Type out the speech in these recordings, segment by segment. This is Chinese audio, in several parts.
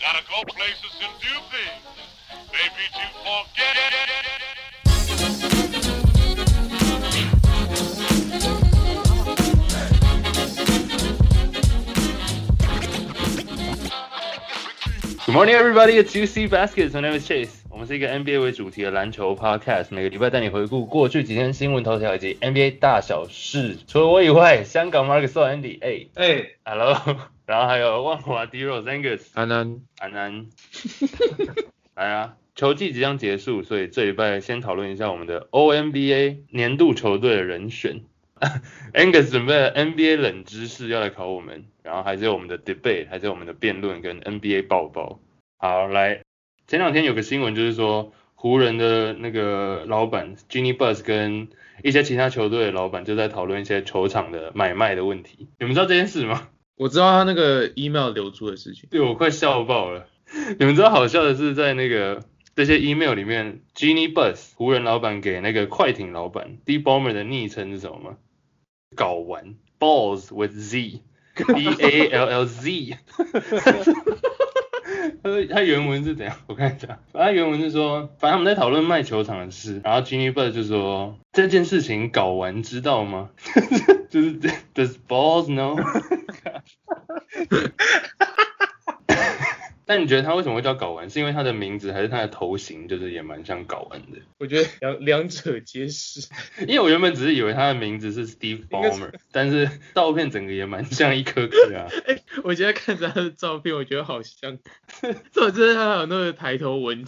like all places and do things. They beat you for get it. Good morning, everybody. It's UC Baskets. My name is Chase.我们是一个 NBA 为主题的篮球 podcast，每个礼拜带你回顾过去几天新闻头条以及 NBA 大小事。除了我以外，香港 Marcus 和 Andy，哎、哎、 Hello，然后还有万华 D Rose Angus，安安，安安， 来啊！球季即将结束，所以这礼拜先讨论一下我们的 ONBA 年度球队的人选。Angus 准备了 NBA 冷知识要来考我们，然后还是有我们的 debate，还是有我们的辩论跟 NBA 报报。好，来，前两天有个新闻就是说，湖人的那个老板 Ginny Bus 跟一些其他球队的老板就在讨论一些球场的买卖的问题。你们知道这件事吗？我知道他那个 email 留住的事情，对我快笑爆了。你们知道好笑的是，在那个这些 email 里面，Genie Bus 湖人老板给那个快艇老板 D Bomber 的昵称是什么吗？睾丸 Balls with Z B A L L Z。他说他原文是怎样？我看一下，反正原文是说，反正我们在讨论卖球场的事，然后 Genie Bus 就说这件事情睾丸知道吗？ 就是 Does balls know？但你觉得他为什么会叫睾丸？是因为他的名字，还是他的头型，就是也蛮像睾丸的？我觉得两两者皆 是，因为我原本只是以为他的名字是 Steve 该是 Ballmer，但是照片整个也蛮像一颗颗啊。哎我现在看着他的照片，我觉得好像，这真的他有那个抬头纹，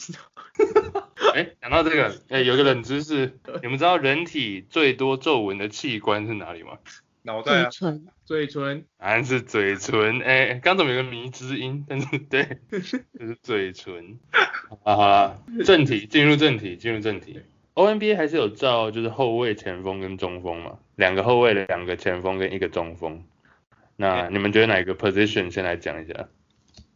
哎，讲到这个，哎，有个冷知识，你们知道人体最多皱纹的器官是哪里吗？脑袋嘴啊，唇，嘴唇，答案啊是嘴唇。哎，刚怎么有个迷之音？ 但是对，就是嘴唇。啊，好啦，正题，进入正题，进入正题。O N B A 还是有照，就是后卫、前锋跟中锋嘛，两个后卫、两个前锋跟一个中锋。那你们觉得哪个 position 先来讲一下？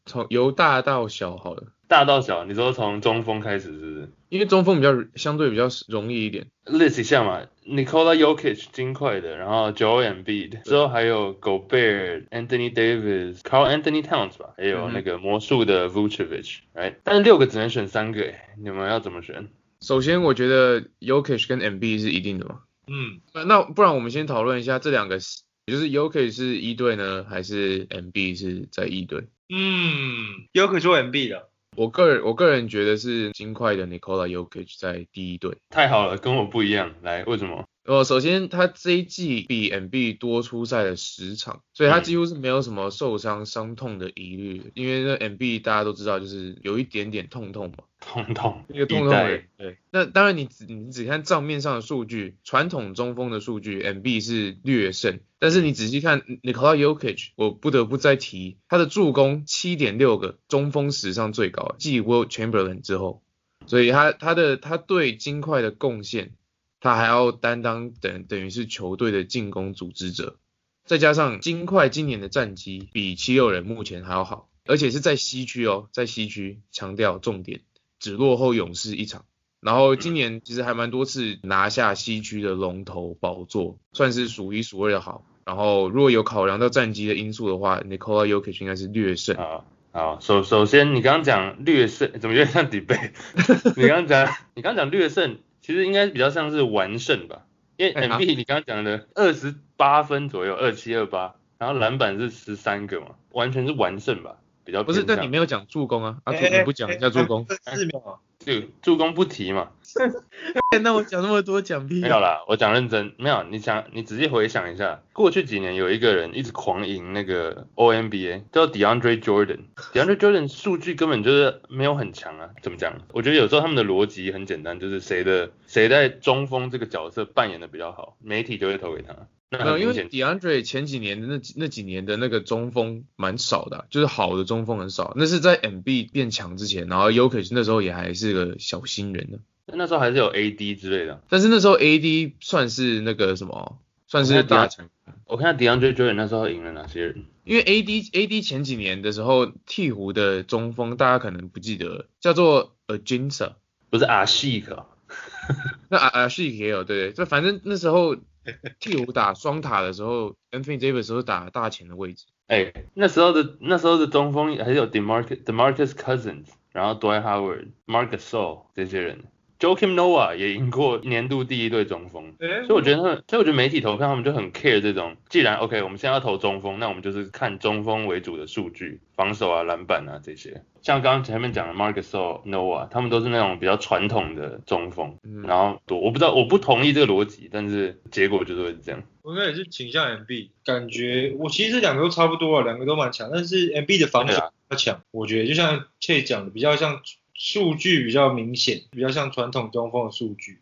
从由大到小好了，大到小，你说从中锋开始是因为中锋比较相对比较容易一点，不是？list 一下嘛，Nikola Jokic 金块的，然后 Joel Embiid，之后还有 Gobert、Anthony Davis、Carl Anthony Towns 吧，还有嗯哼那个魔术的 Vucevic，哎、但是六个只能选三个，哎，你们要怎么选？首先我觉得 Yokish 跟 MB 是一定的嘛，嗯，呃那不然我们先讨论一下这两个是，就是 Yokish 是一队呢，还是 MB 是在一队？嗯，有可说 MB 的，我个人我个人觉得是金块的 Nikola Yokic 在第一队。太好了，跟我不一样，来，为什么？哦，首先他这一季比 MB 多出赛了十场，所以他嗯几乎是没有什么受伤伤痛的疑虑，因为那 MB 大家都知道就是有一点点痛痛嘛，痛痛，一个痛一痛代的人。对，那当然你只你只看账面上的数据，传统中锋的数据 MB 是略胜，但是你仔细看 Nikola Jokic，我不得不再提他的助攻七点六个，中锋史上最高，继 Will Chamberlain 之后，所以他他的他对金块的贡献。他还要担当等等于是球队的进攻组织者，再加上金块今年的战绩比七六人目前还要好，而且是在西区哦，在西区强调重点，只落后勇士一场。然后今年其实还蛮多次拿下西区的龙头宝座，算是数一数二的好。然后如果有考量到战绩的因素的话，Nikola Jokic 应该是略胜。好，好，首首先你刚刚讲略胜，怎么有点像 debate？你刚刚讲，你刚刚讲略胜，其实应该比较像是完胜吧，因为哎 M B 你刚刚讲的二十八分左右，二七二八，然后篮板是十三个嘛，完全是完胜吧，比较不是，偏但你向没有讲助攻哎啊，啊助你不讲一下助攻？四秒啊，就助攻不提嘛， 那我讲那么多讲屁没有啦，我讲认真，没有，你想你仔细回想一下，过去几年有一个人一直狂赢那个 O N B A，叫 DeAndre Jordan。DeAndre Jordan 数据根本就是没有很强啊，怎么讲？我觉得有时候他们的逻辑很简单，就是谁的谁在中锋这个角色扮演的比较好，媒体就会投给他。那没有，很因明为显， DeAndre 前几年的那几那几年的那个中锋蛮少的啊、就是好的中锋很少。那是在 MB 变强之前，然后 y o k i c 那时候也还是个小新人呢。那时候还是有 A D 之类的。但是那时候 AD 算是那个什么，算是大强，我看到 DeAndre Jordan 那时候赢了哪些人？因为 AD AD 前几年的时候，鹈鹕的中锋大家可能不记得了，叫做呃 Aginsa，不是 a s h i k 那阿阿旭也有对，就反正那时候鹈鹕打双塔的时候，Anthony Davis 都是打大前的位置，哎、那时候的那时候的中锋还有 Demarcus Demarcus Cousins，然后 Dwight Howard、Marcus Gasol 这些人，Joakim Noah 也赢过年度第一队中锋。哎、所以我觉得他们，所以我觉得媒体投票他们就很 care 这种，既然 OK，我们现在要投中锋，那我们就是看中锋为主的数据，防守啊、篮板啊这些。像刚刚前面讲的 Marcus o Noah，他们都是那种比较传统的中锋，嗯然后我我不知道我不同意这个逻辑，但是结果就是会这样。我应该也是倾向 MB，感觉我其实这两个都差不多啊，两个都蛮强，但是 MB 的防守对比啊较强，我觉得就像 Che 讲的，比较像数据比较明显，比较像传统中锋的数据。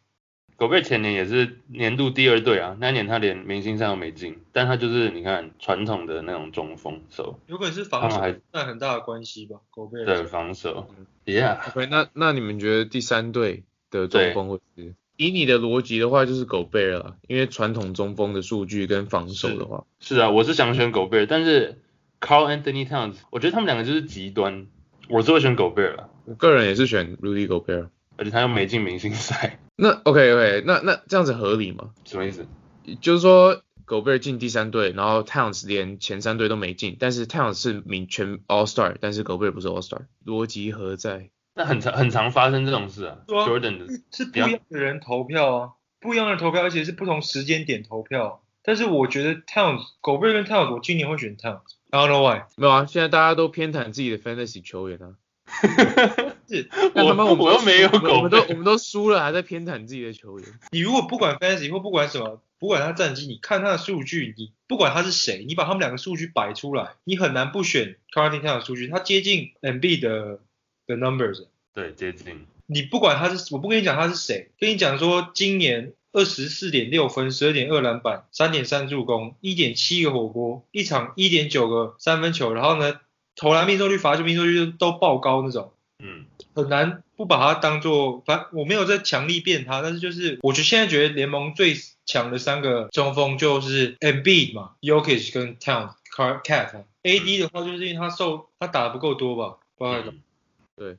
狗贝前年也是年度第二队啊，那一年他连明星赛都没进，但他就是你看传统的那种中锋手，有可能是他防们啊还守占很大的关系吧，狗贝尔对防守，Yeah，嗯 OK，那那你们觉得第三队的中锋会是？以你的逻辑的话，就是狗贝尔啦，因为传统中锋的数据跟防守的话，是啊，我是想选狗贝尔，但是 Carl Anthony Towns，我觉得他们两个就是极端，我是会选狗贝尔了，我个人也是选 Rudy Gobert。而且他又没进明星赛，那 OK OK，那那这样子合理吗？什么意思？就是说狗贝尔进第三队，然后 Towns 连前三队都没进，但是 Towns 是名全 All Star，但是狗贝尔不是 All Star，逻辑何在？那很常很常发生这种事啊对啊，Jordan 的是不一样的人投票啊，不一样的人投票，而且是不同时间点投票啊、但是我觉得 Towns 狗贝尔跟 Towns，我今年会选 Towns，I don't know why。没有啊，现在大家都偏袒自己的 Fantasy 球员啊。是但他妈我们我又没有我们我狗们贝都尔我们都输了，还在偏袒自己的球员。你如果不管 Fantasy 或不管什么，不管他战绩，你看他的数据，你不管他是谁，你把他们两个数据摆出来，你很难不选 c a r t i n Town 的数据，他接近 MB 的的 numbers。对接近，你不管他是，我不跟你讲他是谁，跟你讲说今年二十四点六分，十二点二篮板，三点三助攻，一点七个火锅，一场一点九个三分球，然后呢，投篮命中率、罚球命中率都爆高那种。嗯，很难不把它当做，反我没有在强力变他，但是就是我觉得现在觉得联盟最强的三个中锋就是 M B 嘛 y o k i c 跟 Town Car Cat。A D 的话就是因为他受他打的不够多吧，不知道该怎么嗯对。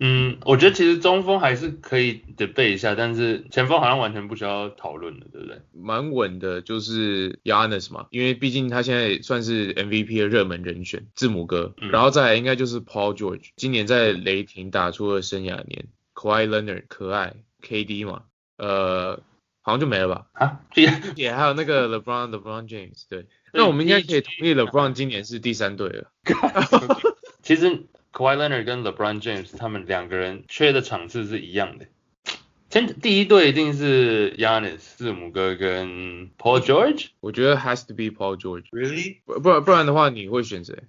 嗯，我觉得其实中锋还是可以 debate 一下，但是前锋好像完全不需要讨论的，对不对？蛮稳的，就是 Yanis 嘛，因为毕竟他现在也算是 MVP 的热门人选，字母哥，嗯然后再来应该就是 Paul George，今年在雷霆打出了生涯年，Kawhi Leonard 可爱，KD 嘛，呃，好像就没了吧，啊，这也还有那个 LeBron LeBron James，对，那我们应该可以同啊意 LeBron 今年是第三队了， 其实 Kawhi Leonard 跟 LeBron James 他们两个人缺的场次是一样的。先第一队一定是 Yanis 字母哥跟 Paul George，我觉得 has to be Paul George， Really 不不然不然的话你会选谁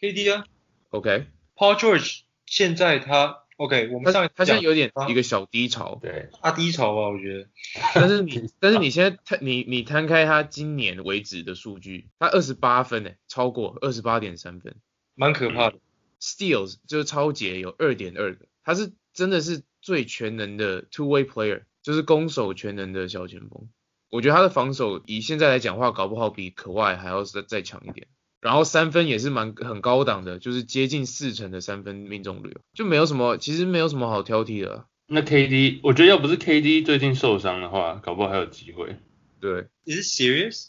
K D 啊？OK， ，Paul George 现在他 OK，我们上一他次他现在讲有点啊一个小低潮，对，大低潮吧，我觉得但是 你，但是你现在摊你你摊开他今年为止的数据，他二十八分诶、超过二十八点三分蛮可怕的。嗯，steals 就是超节有二点二个，他是真的是最全能的 two way player，就是攻守全能的小前锋。我觉得他的防守以现在来讲话，搞不好比可外还要再再强一点。然后三分也是蛮很高档的，就是接近四成的三分命中率，就没有什么其实没有什么好挑剔的啊、那 KD，我觉得要不是 KD 最近受伤的话，搞不好还有机会。对 Is it serious？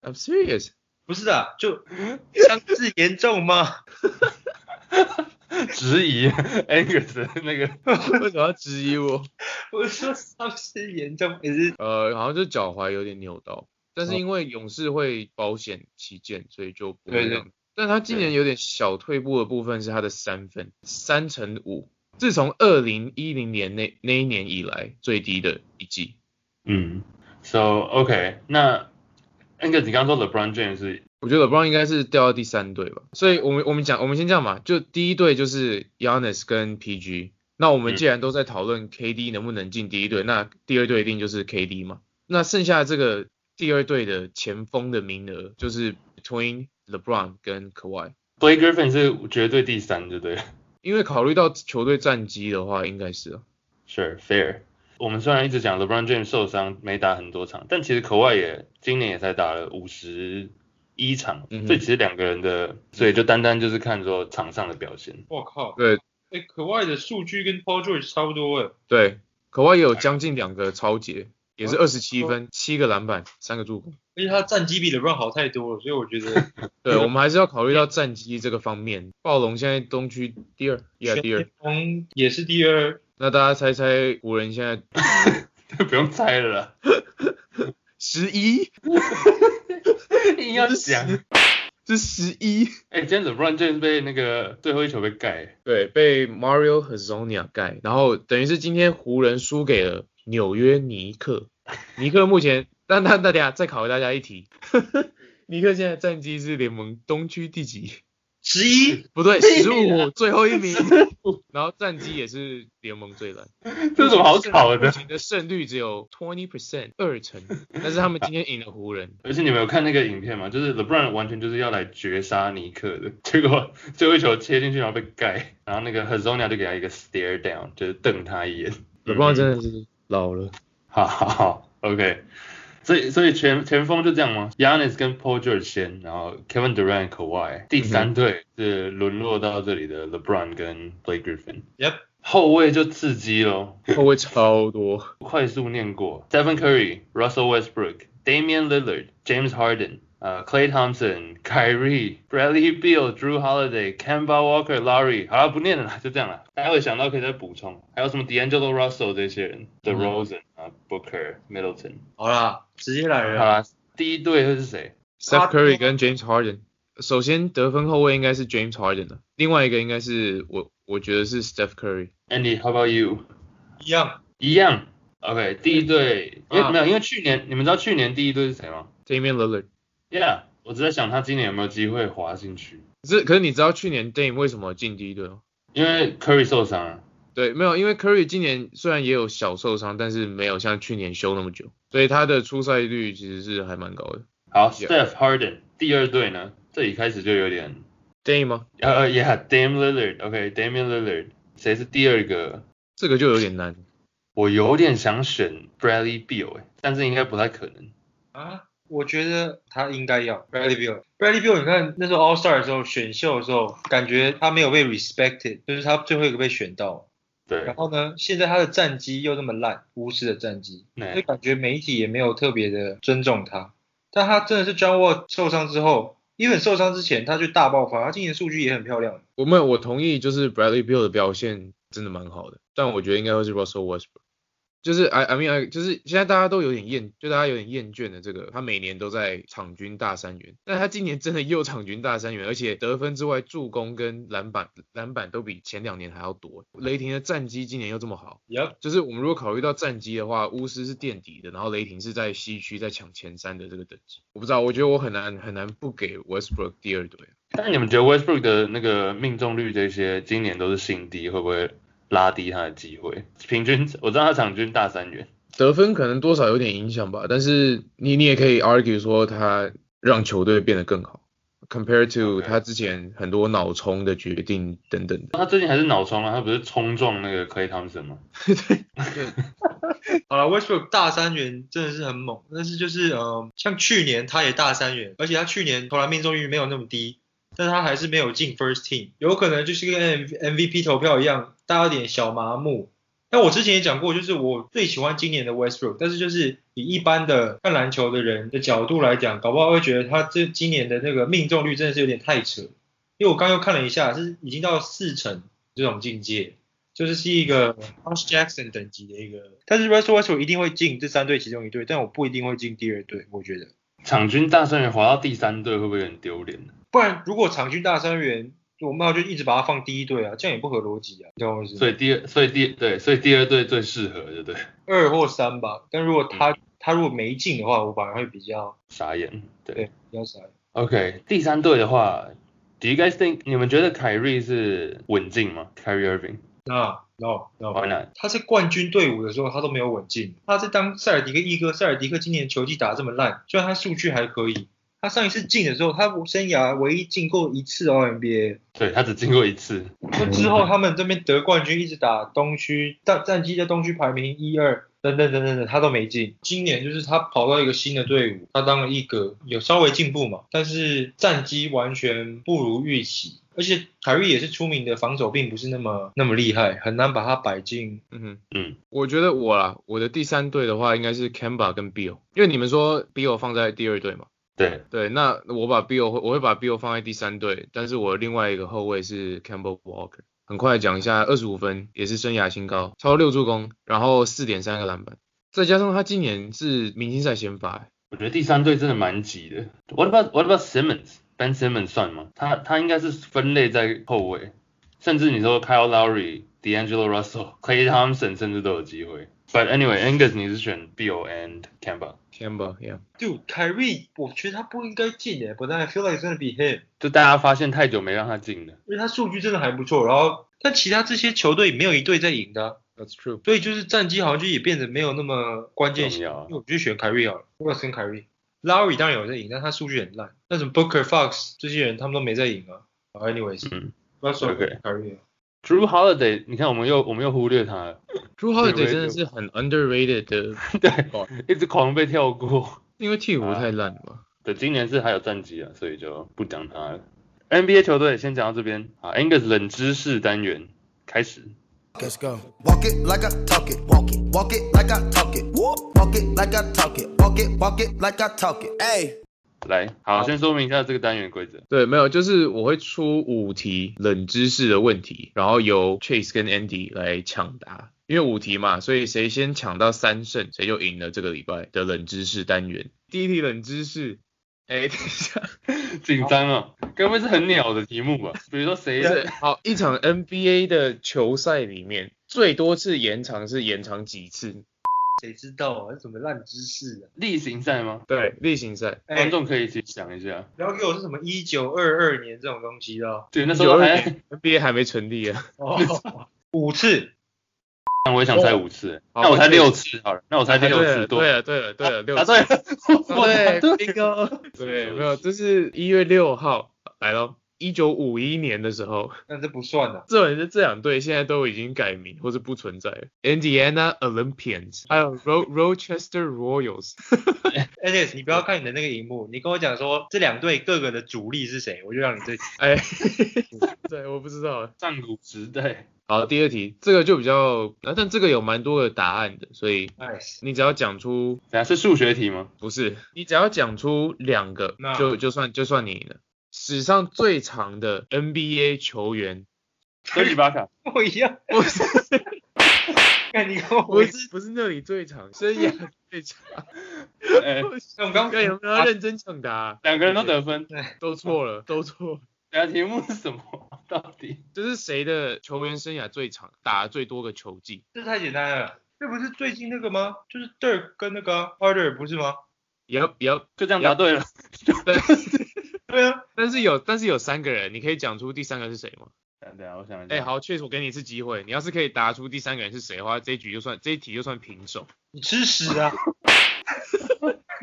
，I'm serious。不是的，就嗯伤势严重吗？ 质疑 Angus 的那个， 为什么要质疑我？我说伤势严重，Is it 呃，好像就脚踝有点扭到，但哦是因为勇士会保险起见，所以就不会对让。但他今年有点小退步的部分是他的三分，三乘五，自从二零一零年那那一年以来最低的一季。嗯，So OK，那 Angus 你刚刚说 LeBron James 是我觉得 LeBron 应该是掉到第三队吧，所以我们我们讲我们先这样嘛，就第一队就是 Yanis 跟 PG，那我们嗯既然都在讨论 KD 能不能进第一队，那第二队一定就是 KD 嘛，那剩下这个第二队的前锋的名额就是 between LeBron 跟 Kawhi， Blake Griffin 是绝对第三，对不对了？ 因为考虑到球队战绩的话，应该是啊， Sure, fair。我们虽然一直讲 LeBron James 受伤没打很多场，但其实口外也今年也才打了五十一场，嗯哼所以其实两个人的，所以就单单就是看说场上的表现。 我靠，对哎，可外的数据跟 Paul George 差不多哎。对，Kawhi 也有将近两个超节，也是二十七分，七个篮板，三个助攻，而而且他战绩比 LeBron 好太多了，所以我觉得对，我们还是要考虑到战绩这个方面。暴龙现在东区第二，也、全第二联。盟也是第二。那大家猜猜湖人现在不用猜了啦，十一 硬要讲。是十一，哎、今天 LeBron James 被那个最后一球被盖，对，被 Mario Hazonia 盖，然后等于是今天湖人输给了纽约尼 克。尼克目前，那那那等一下再考大家一 题，尼克现在战绩是联盟东区第几？十一，不对，十五，最后一名。然后战绩也是联盟最烂。这有什么好考目的？前的胜率只有 twenty percent 二成， 但是他们今天赢了湖人。而且你们有看那个影片吗？就是 LeBron 完全就是要来绝杀尼克的， 结果最后一球切进去然后被盖，然后那个 Hazonia 就给他一个 stare down，就是瞪他一眼。 LeBron 真的是老了。好好好，OK。所以所以前前锋就这样吗？Yanis 跟 Paul George 先，然后 Kevin Durant、Kawhi，第三队是沦落到这里的 LeBron 跟 Blake Griffin。 Yep 后卫就刺激喽，后卫超多，快速念过：Stephen Curry、Russell Westbrook、Damian Lillard、James Harden、呃 Clay Thompson、Kyrie、Bradley Beal、Drew Holiday、Kemba Walker、Lowry。好了，不念了啦，就这样了。待会想到可以再补充。还有什么 D'Angelo Russell 这些人，DeRozan 啊、Booker、Middleton。好啦，直接来好了。啦，第一队会是谁？ Steph Curry 跟 James Harden，首先得分后卫应该是 James Harden 的，另外一个应该是我我觉得是 Steph Curry。 Andy，How about you？一样，一样。OK，第一队，因为、啊没有，因为去年你们知道去年第一队是谁吗 Damian Lillard， ？Yeah，我只在想他今年有没有机会滑进去，这可是你知道去年 Dame 为什么进第一队吗？因为 Curry 受伤了。对，没有，因为 Curry 今年虽然也有小受伤，但是没有像去年休那么久，所以他的出赛率其实是还蛮高的。好 Yeah ，Steph Harden，第二队呢，这里开始就有点， Dame 吗？呃，Yeah，Dame Lillard，OK，Damian Lillard，谁是第二个？这个就有点难。我有点想选 Bradley Beal，哎，但是应该不太可能。啊，我觉得他应该要 Bradley Beal。Bradley Beal，你看那时候 All Star 的时候选秀的时候，感觉他没有被 respected，就是他最后一个被选到。对然，后呢，现在他的战绩又那么烂，巫师的战绩，那就感觉媒体也没有特别的尊重他。但他真的是 John Wall 受伤之后，因为受伤之前他就大爆发，他今年数据也很漂亮。我们我同意，就是 Bradley Beal 的表现真的蛮好的，但我觉得应该会是 Russell Westbrook。就是 I I mean I, 就是现在大家都有点厌，就大家有点厌倦的这个，他每年都在场均大三元，但他今年真的又场均大三元，而且得分之外，助攻跟篮板篮板都比前两年还要多。雷霆的战绩今年又这么好， Yep，就是我们如果考虑到战绩的话，巫师是垫底的，然后雷霆是在西区在抢前三的这个等级。我不知道，我觉得我很难很难不给 Westbrook 第二队。但你们觉得 Westbrook 的那个命中率这些今年都是新低，会不会拉低他的机会？平均我知道他场均大三元，得分可能多少有点影响吧，但是你你也可以 argue 说他让球队变得更好，compared to OK 他之前很多脑冲的决定等等的。他最近还是脑冲啊，他不是冲撞那个 Clay Thompson 吗？ 好了，Westbrook 大三元真的是很猛，但是就是呃，像去年他也大三元，而且他去年投篮命中率没有那么低，但他还是没有进 First Team，有可能就是跟 M MVP 投票一样，大家有点小麻木。但我之前也讲过，就是我最喜欢今年的 Westbrook，但是就是以一般的看篮球的人的角度来讲，搞不好会觉得他这今年的那个命中率真的是有点太扯，因为我刚刚又看了一下，是已经到四成这种境界，就是是一个 Josh Jackson 等级的一个。但是 Russell Westbrook 一定会进这三队其中一队，但我不一定会进第二队，我觉得。场均大三元滑到第三队会不会有点丢脸呢？不然如果场均大三元，我们要就一直把它放第一队啊，这样也不合逻辑啊，你懂我意思吗？所以第二，所以第对，所以第二队最适合，对不对？二或三吧。但如果他、他如果没进的话，我反而会比较傻眼，对。对比较傻。 OK，第三队的话，Do you guys think 你们觉得凯瑞是稳进吗？Kyrie Irving，Why 那 no no， not？他在冠军队伍的时候，他都没有稳进。他在当塞尔迪克一哥，塞尔迪克今年球技打得这么烂，虽然他数据还可以，他上一次进的时候，他生涯唯一进过一次 All NBA。对他只进过一次，那之后他们这边得冠军，一直打东区，战战绩在东区排名一二，等等等等等，他都没进。今年就是他跑到一个新的队伍，他当了一哥，有稍微进步嘛，但是战绩完全不如预期。而且凯瑞也是出名的防守并不是那么那么厉害，很难把他摆进。嗯哼，嗯，我觉得我啦，我的第三队的话应该是 Kemba 跟 Bill，因为你们说 Bill 放在第二队嘛，对，对，那我把 Bill 会我会把 Bill 放在第三队，但是我另外一个后卫是 Campbell Walker。很快讲一下，二十五分也是生涯新高，超过六助攻，然后四点三个篮板，再加上他今年是明星赛先发、欸我觉得第三队真的蛮急的。What about What about Simmons? Ben Simmons 算吗？他他应该是分类在后卫，甚至你说 Kyle Lowry、D'Angelo Russell、Clay Thompson 甚至都有机会。But anyway, Angus 你是选 Bill and Kemba， Campbell，yeah。就凯瑞，我觉得他不应该进诶，不但 I feel like it's gonna be him，就大家发现太久没让他进了。因为他数据真的还不错。然后，但其他这些球队没有一队在赢的啊、 That's true。所以就是战绩好像就也变得没有那么关键性。重要啊因为我就选凯瑞好了，我要选凯瑞。Lowry 当然有在赢，但他数据很烂。那什么 Booker、Fox 这些人他们都没在赢啊。好 anyways，嗯我要选 OK 凯瑞啊。 ，Drew Holiday，你看我们又我们又忽略他了， Drew Holiday 真的是很 underrated 的，一直狂被跳过。因为替啊补太烂了嘛。 对，今年是还有战绩啊，所以就不讲他了。NBA 球队先讲到这边啊，Angus 冷知识单元开始。 Let's go. Walk it like I talk it. Walk it. Walk it like I talk it. Whoop. Walk it like I talk it. Walk it. Walk it like I talk it. Hey. 来，好，先说明一下这个单元规则。对，没有，就是我会出五题冷知识的问题，然后由 Chase 跟 Andy 来抢答。因为五题嘛，所以谁先抢到三胜，谁就赢了这个礼拜的冷知识单元。第一题冷知识，哎，等一下，紧张哦，该不会是很鸟的题目吧？比如说谁就是好，一场 NBA 的球赛里面，最多次延长是延长几次？谁知道啊？这什么烂知识啊？例行赛吗？对，例行赛。哎观众可以自己想一下。不要给我是什么一九二二年这种东西啊！对，那时候九二还年 NBA 还没成立啊。哦， 五次，我也想猜五次，哦好那我猜对六次好了，那我猜啊六次多。对了对了对了，对答了对了，我答 对对对哥，对，没有，这是一月六号来了。一九五一年的时候， 但这不算啊。这人是这两队现在都已经改名或是不存在了，Indiana Olympians，还有 Ro Rochester Royals。 Alex，你不要看你的那个荧幕，你跟我讲说这两队各个的主力是谁，我就让你这哎， 对，我不知道啊。上古时代。好，第二题，这个就比较，啊，但这个有蛮多个答案的，所以 nice。你只要讲出等下是数学题 吗？不是，你只要讲出两个那，就就算就算你赢了。史上最长的 NBA 球员科里巴卡，不一样， 不是看你跟我不回是不是那里最长， 生涯最长。 哎，那 我刚要有没有要认真抢答、两个人都得分。都错了，都错了。等下题目是什么？ 到底这是谁的球员生涯最长，打了最多个球季？这太简单了，这不是最近那个吗？就是 Dirk 跟那个 Arder 不是吗？也要也要就这样答对了。对，对啊， 但是有但是有三个人，你可以讲出第三个是谁吗？ 等下等下，我想一哎、下。好，确实我给你一次机会，你要是可以答出第三个人是谁的话，这一局就算这一题就算平手。你吃屎啊！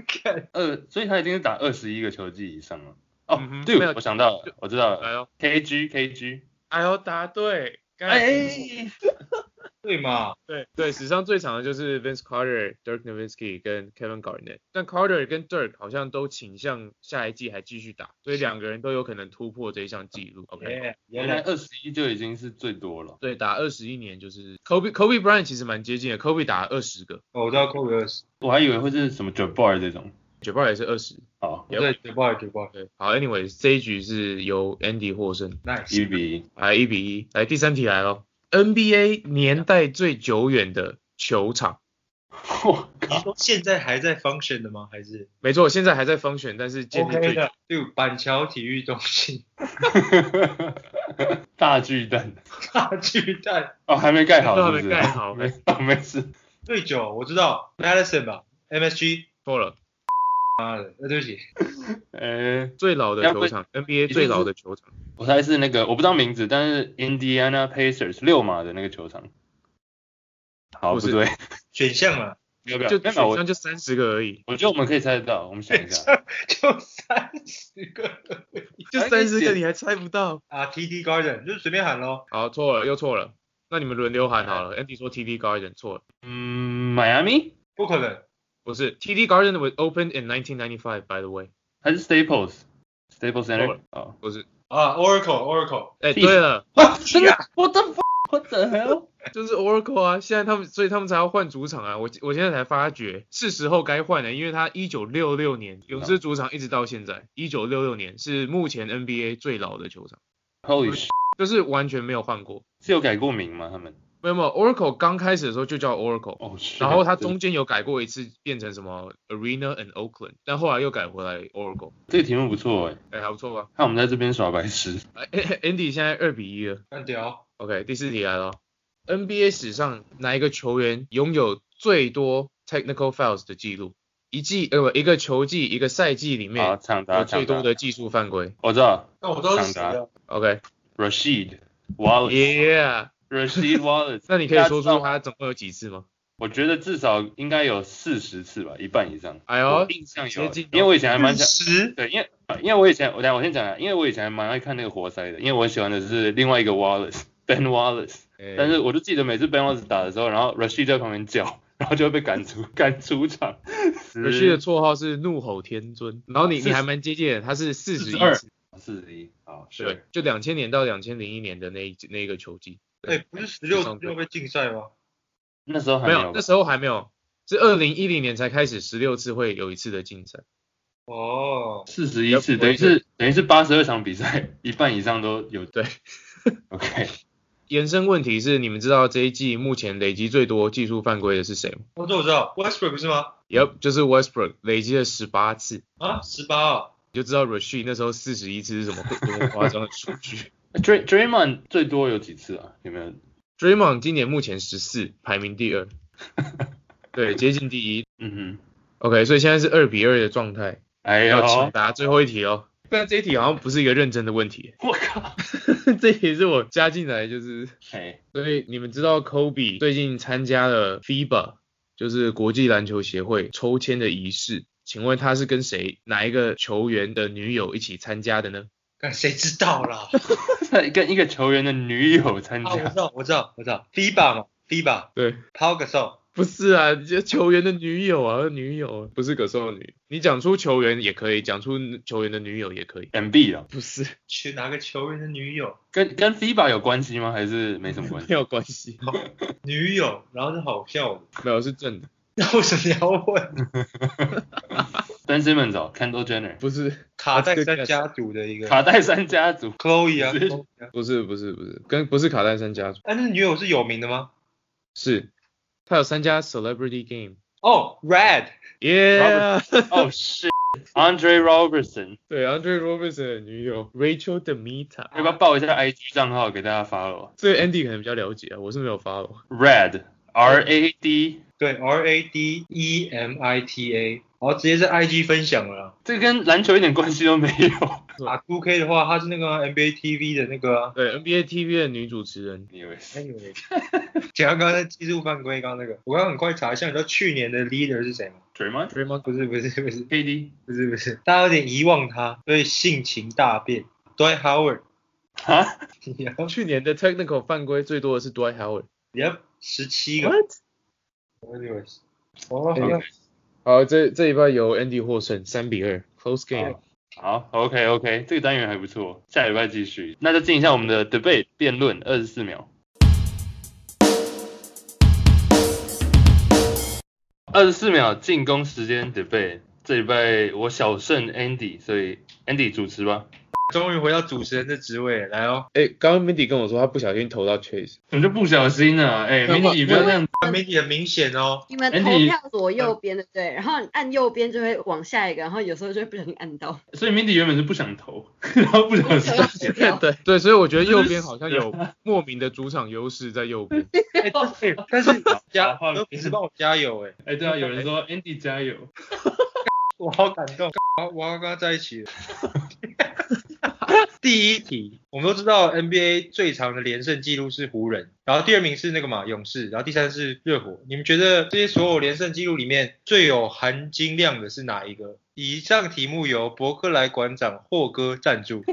看二，所以他已经是打二十一个球季以上了。哦嗯哼，对没有，我想到了，我知道哎了。呦， KG KG，哎呦，答对，干哎，对嘛？对 对，史上最长的就是 Vince Carter、Dirk Nowitzki 跟 Kevin Garnett，但 Carter 跟 Dirk 好像都倾向下一季还继续打，所以两个人都有可能突破这一项纪录。OK，、耶，哎原原来来二十一就已经是最多了。对，打二十一年就是 Kobe Kobe Bryant 其实蛮接近的，Kobe 打二十个哦我知道 Kobe 二十，我还以为会是什么 Jabbar 这种。 ，Jabbar 也是二十。好， Yep 对，九八九八对，好，Anyway 这一局是由 Andy 获胜，一，nice。比一。 来一比一，来第三题来咯 NBA 年代最久远的球场，我你靠，说现在还在 function 的吗？还是没错，现在还在封选，但是建立最 OK 的？对，板桥体育中心 大巨蛋大巨蛋哦，还没盖好都是不是？还没盖 好没哦没事。最久，我知道 Madison 吧，MSG。错了，妈的，呃，对不起，呃，最老的要不球场，NBA 最老的球场。我猜是那个我不知道名字，但是 Indiana Pacers 六马的那个球场。好，不不是对，选项啊， 没有没有，就没选有我项就三十个而已，我觉得我们可以猜得到，我们想一选下。项就三十个就哎三十这个你还猜不到？啊，TD Garden 就随便喊咯。好，错了又错了，那你们轮流喊好了。Andy 说 TD Garden 错了，嗯，Miami 不可能，不是 TD Garden was opened in 1995 by the way，还是 Staples Staples 错 Center？了哦，不是啊，Oracle，Oracle，哎、对了， 真的，What 啊 the fuck，What the hell？就是 Oracle 啊，现在他们，所以他们才要换主场啊。我我现在才发觉是时候该换了，因为他一九六六年勇士主场一直到现在，一九六六年是目前 NBA 最老的球场， Holy shit，就是完全没有换过。是有改过名吗？他们？没有没有，Oracle 刚开始的时候就叫 Oracle，、哦，是然后它中间有改过一次，变成什么 Arena and Oakland，但后来又改回来 Oracle，这个题目不错哎、哎、还不错吧？看我们在这边耍白痴。哎、哎 Andy 现在二比一了。干掉 OK，第四题来了。NBA 史上哪一个球员拥有最多 technical fouls 的记录？一季呃不，一个球季一个赛季里好，面抢答有抢最答多。的技术犯规。我知道那我都是谁抢啊？ OK，Yeah，、 ，Rashid Wallace，Rashid Wallace 。那你可大以家说知道出他总共有几次吗？我觉得至少应该有四十次吧，一半以上。哎呦我印象有接近哦，因为我以前还蛮想，十对，因为呃因为我以前，我等一下我先讲啊，因为我以前还蛮爱看那个活塞的，因为我喜欢的是另外一个 Wallace，Ben Wallace，但哎是我就记得每次 Ben Wallace 打的时候，然后 Rashid 在旁边叫，然后就会被赶出赶出场。可惜的绰号是怒吼天尊，然后你四你还蛮接近的，他是四十一42次，四十一，好，对是，就两千年到两千零一年的那一那一个球季，哎，不是十六十六被禁赛吗？那时候还没有有，那时候还没有，是二零一零年才开始十六次会有一次的竞赛，哦，四十一次，比较等于是等于是八十二场比赛，一半以上都有。对。 OK，延伸问题是，你们知道这一季目前累积最多技术犯规的是谁吗我这我知道，Westbrook 是吗？ ？Yep，就是 Westbrook，累积了十八次，啊，十八啊，你就知道 Rashid 那时候四十一次是什么多么夸张的数据。 Dray Draymond 最多有几次啊？有没 有？ Draymond 今年目前十四，排名第二，对，接近第一。嗯哼， OK，所以现在是二比二的状态，哎呦要，抢答最后一题哦。但这一题好像不是一个认真的问题，我靠， 这一题是我加进来就是哎，所以你们知道 Kobe 最近参加了 FIBA，就是国际篮球协会抽签的仪式。请问他是跟谁哪一个球员的女友一起参加的呢？看谁知道 啦？ 跟一个球员的女友参啊，我加知，道，我知道，我知道，FIBA 嘛，FIBA 对， Paul Gasol，不是啊，就球员的女友啊，女友啊不是葛兽女。你讲出球员也可以，讲出球员的女友也可以。 M B 啊，不是，去哪个球员的女友？跟跟 FIBA 有关系吗？还是没什么关系没？有关系，女友，然后是好笑的， 没有是正的，那为什么你要 问？ Ben Simmons 哦，Kendall Jenner，不是，卡戴珊家族的一个卡戴珊家族， Chloe 啊不是 Chloe 啊，不是，不是，不是，跟不是卡戴珊家族，哎，那女友是有名的吗？是他有参加 Celebrity Game。哦，Red， Yeah，哦是 Andre Robertson，对，Andre Robertson 的女友 Rachel Demita，要不要报一下 I G 账号给大家啊 follow？Red 这个 Andy 可能比较了解啊，我是没有 follow。 R A D，对，R A D E M I T A，然后直接在 IG 分享了啦。啊这跟篮球一点关系都没有。 打 2K 的话，她是那个啊 NBA TV 的那个 啊。对，NBA TV 的女主持人，你以为哎是？呦喂，讲到刚才技术犯规，刚刚那个，我刚刚很快查一下，你知道去年的 leader 是谁吗？ Draymond 对吗？不是不是不是 KD 不是不是，大家有点遗忘他，所以性情大变。Dwight Howard，啊，然后去年的 technical 犯规最多的是 Dwight Howard。 yep 十七个。 What？ Anyways，哦，好像 Anyway 好，这这一拜由 Andy 获胜，三比二，close game 好。好，OK OK，这个单元还不错，下礼拜继续。那就进一下我们的 debate 辩论，二十四秒。二十四秒进攻时间 debate，这礼拜我小胜 Andy，所以 Andy 主持吧。终于回到主持人的职位了，来哦。哎，刚刚 Mindy 跟我说他不小心投到 Chase，怎么就不小心啊？哎、干嘛 Mindy 你不要这样，媒体很明显哦，你们哎投你票左右边的对，然后你按右边就会往下一个，然后有时候就会不小心按到。所以 Mindy 原本是不想投， 然后不小心。 对 对，所以我觉得右边好像有莫名的主场优势在右边。哎 但是加好都平时帮我加油哎，哎、对啊，有人说 Andy 加油。 我好感动，我我要跟他在一起了。 第一题，我们都知道 NBA 最长的连胜记录是湖人，然后第二名是那个嘛勇士，然后第三是热火。你们觉得这些所有连胜记录里面最有含金量的是哪一个？以上题目由伯克莱馆长霍哥赞 助。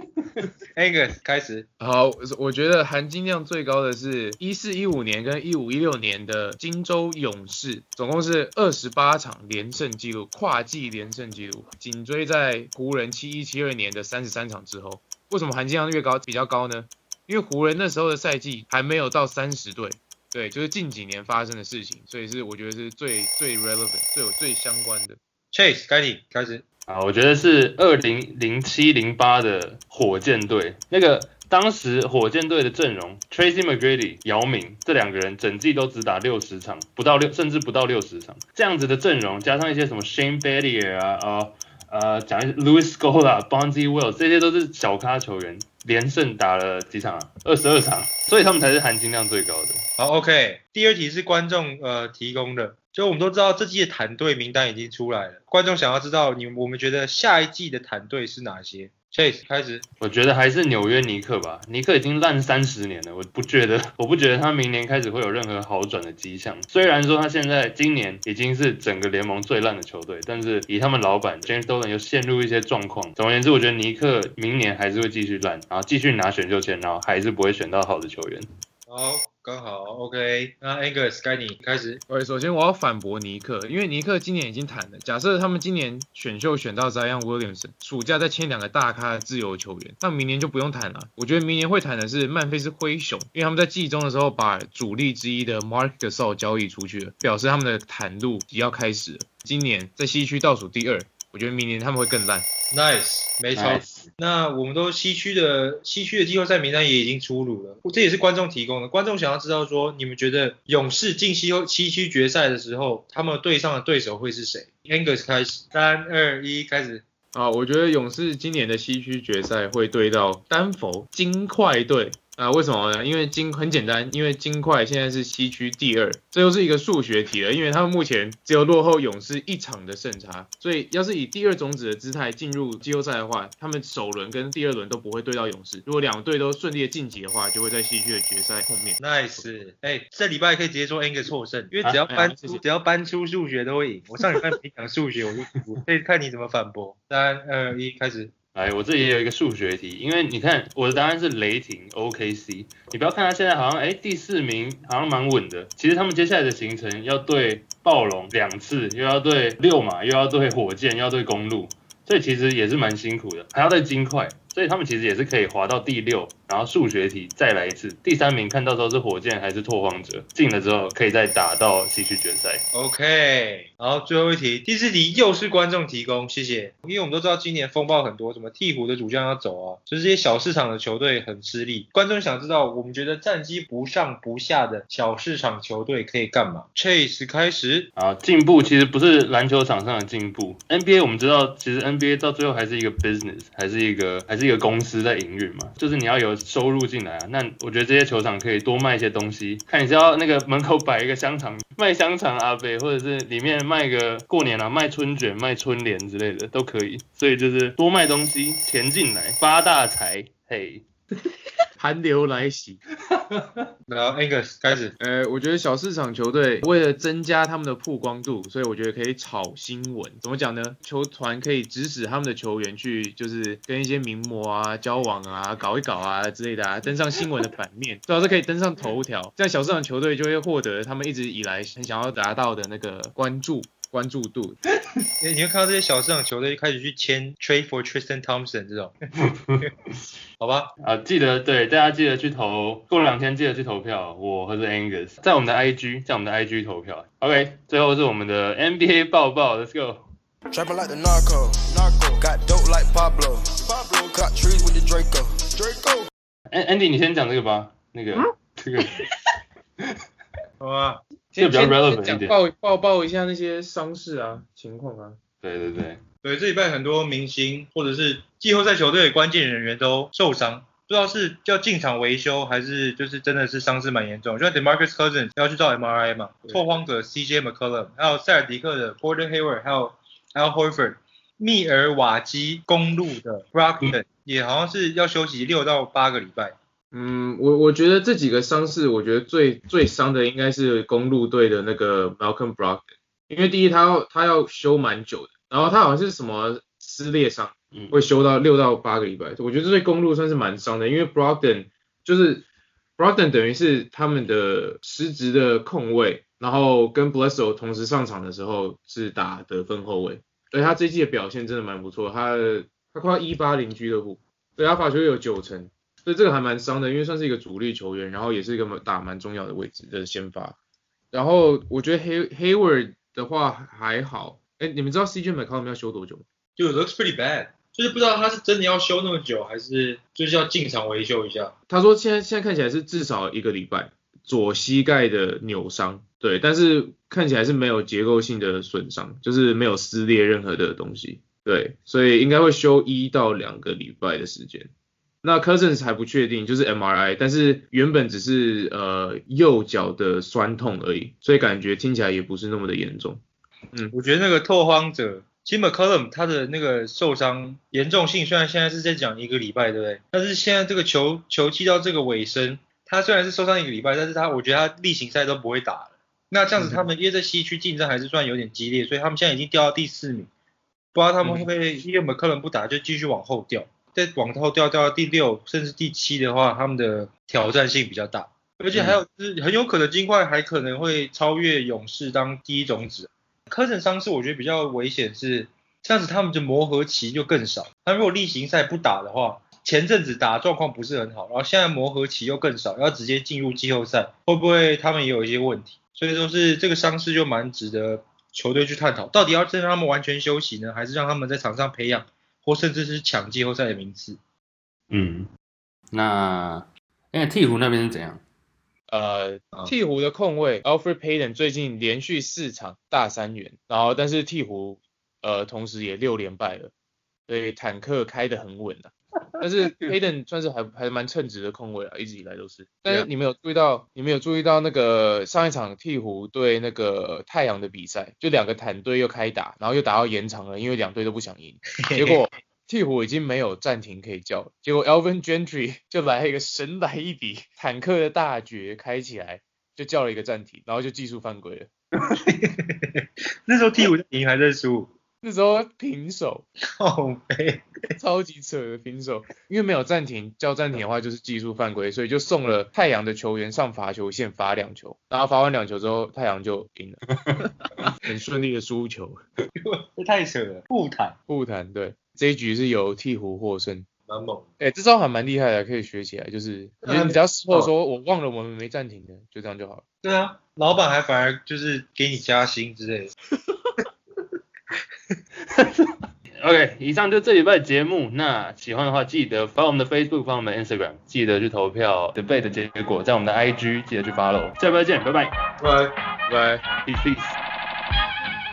Angus 开始，好，我觉得含金量最高的是一四一五年跟一五一六年的金州勇士，总共是二十八场连胜记录，跨季连胜记录，紧追在湖人七一七二年的三十三场之后。为什么含金量越高比较高呢？因为湖人那时候的赛季还没有到三十队，对，就是近几年发生的事情，所以是我觉得是最最 relevant、最有最相关的。 Chase，该你开始。啊，我觉得是二零零七零八的火箭队，那个当时火箭队的阵容，Tracy McGrady、姚明这两个人整季都只打六十场，不到六，甚至不到六十场，这样子的阵容，加上一些什么 Shane Battier 啊，呃呃，讲一些 Louis Scola、Bonzi Will，这些都是小咖球员，连胜打了几场啊？二十二场，所以他们才是含金量最高的。好，OK。第二题是观众呃提供的，就我们都知道这季的团队名单已经出来了，观众想要知道你我们觉得下一季的团队是哪些？Chase 开始。我觉得还是纽约尼克吧，尼克已经烂三十年了，我不觉得， 我不觉得他明年开始会有任何好转的迹象。虽然说他现在今年已经是整个联盟最烂的球队，但是以他们老板 James Dolan 又陷入一些状况。总而言之，我觉得尼克明年还是会继续烂，然后继续拿选秀签，然后还是不会选到好的球员。好，刚好 OK。那 Angus 该你开始。 OK，首先我要反驳尼克，因为尼克今年已经谈了，假设他们今年选秀选到 Zion Williamson，暑假再签两个大咖的自由球员，那明年就不用谈了。我觉得明年会谈的是曼菲斯灰熊，因为他们在季中的时候把主力之一的 Mark Gasol 交易出去了，表示他们的谈路也要开始了。今年在西区倒数第二，我觉得明年他们会更烂。 Nice，没错。 Nice 那我们都西区的西区的季后赛名单也已经出炉了，这也是观众提供的。观众想要知道说，你们觉得勇士进西欧西区决赛的时候，他们对上的对手会是谁？Angus 开始，三二一，开始。啊，我觉得勇士今年的西区决赛会对到丹佛金块队啊？为什么呢？因为金很简单，因为金块现在是西区第二，这又是一个数学题了，因为他们目前只有落后勇士一场的胜差，所以要是以第二种子的姿态进入季后赛的话，他们首轮跟第二轮都不会对到勇士。如果两队都顺利的晋级的话，就会在西区的决赛后面。 Nice，哎、这礼拜可以直接说 Angus 获胜，因为啊只要哎呀搬谢出、谢只要搬出数学都会赢。我上礼拜没讲数学，我就输，可以看你怎么反驳。三二一，开始。来，哎我这里也有一个数学题，因为你看我的答案是雷霆 OKC，你不要看他现在好像哎第四名好像蛮稳的，其实他们接下来的行程要对暴龙两次，又要对六马，又要对火箭，又要对公路，所以其实也是蛮辛苦的，还要对金块，所以他们其实也是可以滑到第六，然后数学题再来一次，第三名看到时候是火箭还是拓荒者进了之后可以再打到西区决赛。 OK，然后最后一题，第四题又是观众提供，谢谢。因为我们都知道今年风暴很多，什么鹈鹕的主将要走啊，就是这些小市场的球队很吃力。观众想知道，我们觉得战绩不上不下的小市场球队可以干嘛？Chase 开始。啊，进步其实不是篮球场上的进步。NBA 我们知道，其实 NBA 到最后还是一个 business，还是一个还是一个公司在营运嘛，就是你要有收入进来啊。那我觉得这些球场可以多卖一些东西，看你是要那个门口摆一个香肠，卖香肠阿贝，或者是里面卖个过年啊，卖春卷、卖春联之类的都可以。所以就是多卖东西，钱进来，发大财，嘿。寒流来袭。然后 Angus 开始。呃，我觉得小市场球队为了增加他们的曝光度，所以我觉得可以炒新闻。怎么讲呢？球团可以指使他们的球员去，就是跟一些名模啊交往啊，搞一搞啊之类的啊，登上新闻的版面， 最好是可以登上头条。这样小市场球队就会获得他们一直以来很想要达到的那个关注关注度。哎，你会看到这些小市场球队就开始去签 trade for Tristan Thompson 这种，好吧？啊，记得对大家记得去投，过两天记得去投票，我或是 Angus 在我们的 IG，在我们的 IG 投票。OK，最后是我们的 NBA 报报，Let's go。 Trapping like the narco. Narco. Got dope like Pablo. Pablo. Cut trees with the Draco. Draco. An- Andy，你先讲这个吧，那个这个 好啊吧，这个比较先 relevant 先讲一点报报报一下那些伤势啊情况啊。对对对，对，这礼拜很多明星或者是季后赛球队的关键人员都受伤，不知道是要进场维修还是就是真的是伤势蛮严重。就像 Demarcus Cousins 要去照 MRI 嘛，拓荒者 CJ McCollum，还有塞尔迪克的 Gordon Hayward，还有 Al Horford，密尔瓦基公路的 Brockton、也好像是要休息六到八个礼拜。嗯，我我觉得这几个伤势，我觉得最最伤的应该是公路队的那个 Malcolm Brogdon，因为第一他要他要休蛮久的，然后他好像是什么撕裂伤，嗯会休到六到八个礼拜，我觉得这对公路算是蛮伤的，因为 Brogdon 就是 Brogdon 等于是他们的实职的控卫，然后跟 Blesso 同时上场的时候是打得分后卫，而他这一季的表现真的蛮不错，他他快一八零俱乐部。对他罚球有九成，所以这个还蛮伤的，因为算是一个主力球员，然后也是一个蛮打蛮重要的位置的先发。然后我觉得 Hay Hayward 的话还好，哎，你们知道 CJ McCollum 要休多久吗？就 looks pretty bad，就是不知道他是真的要修那么久，还是就是要进场维修一下。他说现在现在看起来是至少一个礼拜左膝盖的扭伤，对，但是看起来是没有结构性的损伤，就是没有撕裂任何的东西，对，所以应该会休一到两个礼拜的时间。那 Cousins 还不确定，就是 MRI，但是原本只是呃右脚的酸痛而已，所以感觉听起来也不是那么的严重。我觉得那个拓荒者 Tim McCollum 他的那个受伤严重性，虽然现在是在讲一个礼拜，对不对？但是现在这个球球季到这个尾声，他虽然是受伤一个礼拜，但是他我觉得他例行赛都不会打了。那这样子，他们因为在西区竞争还是算有点激烈，所以他们现在已经掉到第四名，不知道他们会不会因为 McCollum 不打就继续往后掉，再往后掉掉到第六甚至第七的话，他们的挑战性比较大。而且还有就是很有可能金块还可能会超越勇士当第一种子，科森伤势我觉得比较危险是，这样子他们的磨合期就更少。他如果例行赛不打的话，前阵子打状况不是很好，然后现在磨合期又更少，要直接进入季后赛，会不会他们也有一些问题？所以说是这个伤势就蛮值得球队去探讨，到底要真让他们完全休息呢，还是让他们在场上培养，或甚至是抢季后赛的名次？ 嗯，那哎，鹈鹕那边是怎样？呃，啊鹈鹕的控卫 Alfred Payton 最近连续四场大三元，然后但是鹈鹕呃同时也六连败了，所以坦克开得很稳啊。但是 Payton 算是还还蛮称职的控卫啊，一直以来都是。但是 Yeah 你们有注意到，你们有注意到那个上一场鹈鹕对那个太阳的比赛，就两个坦队又开打，然后又打到延长了，因为两队都不想赢。结果鹈鹕已经没有暂停可以叫了，结果 Elvin Gentry 就来了一个神来一笔， 坦克的大绝开起来，就叫了一个暂停，然后就技术犯规了。那时候第五赢还在输，那时候平手，靠背。超级扯的平手，因为没有暂停，叫暂停的话就是技术犯规，所以就送了太阳的球员上罚球线罚两球，然后罚完两球之后，太阳就赢了，很顺利的输球。这太扯了，不谈，不谈对，这一局是由鹈鹕获胜。蛮猛的。哎、这招还蛮厉害的，可以学起来。就是对你啊你只要事后说，我忘了我们没暂停的，就这样就好了。对啊，老板还反而就是给你加薪之类的。 OK，以上就这礼拜的节目。那喜欢的话，记得发我们的 Facebook，发我们的 Instagram，记得去投票 debate 的结果，在我们的 IG 记得去 follow。下礼拜见，拜拜对。拜。 ，peace peace。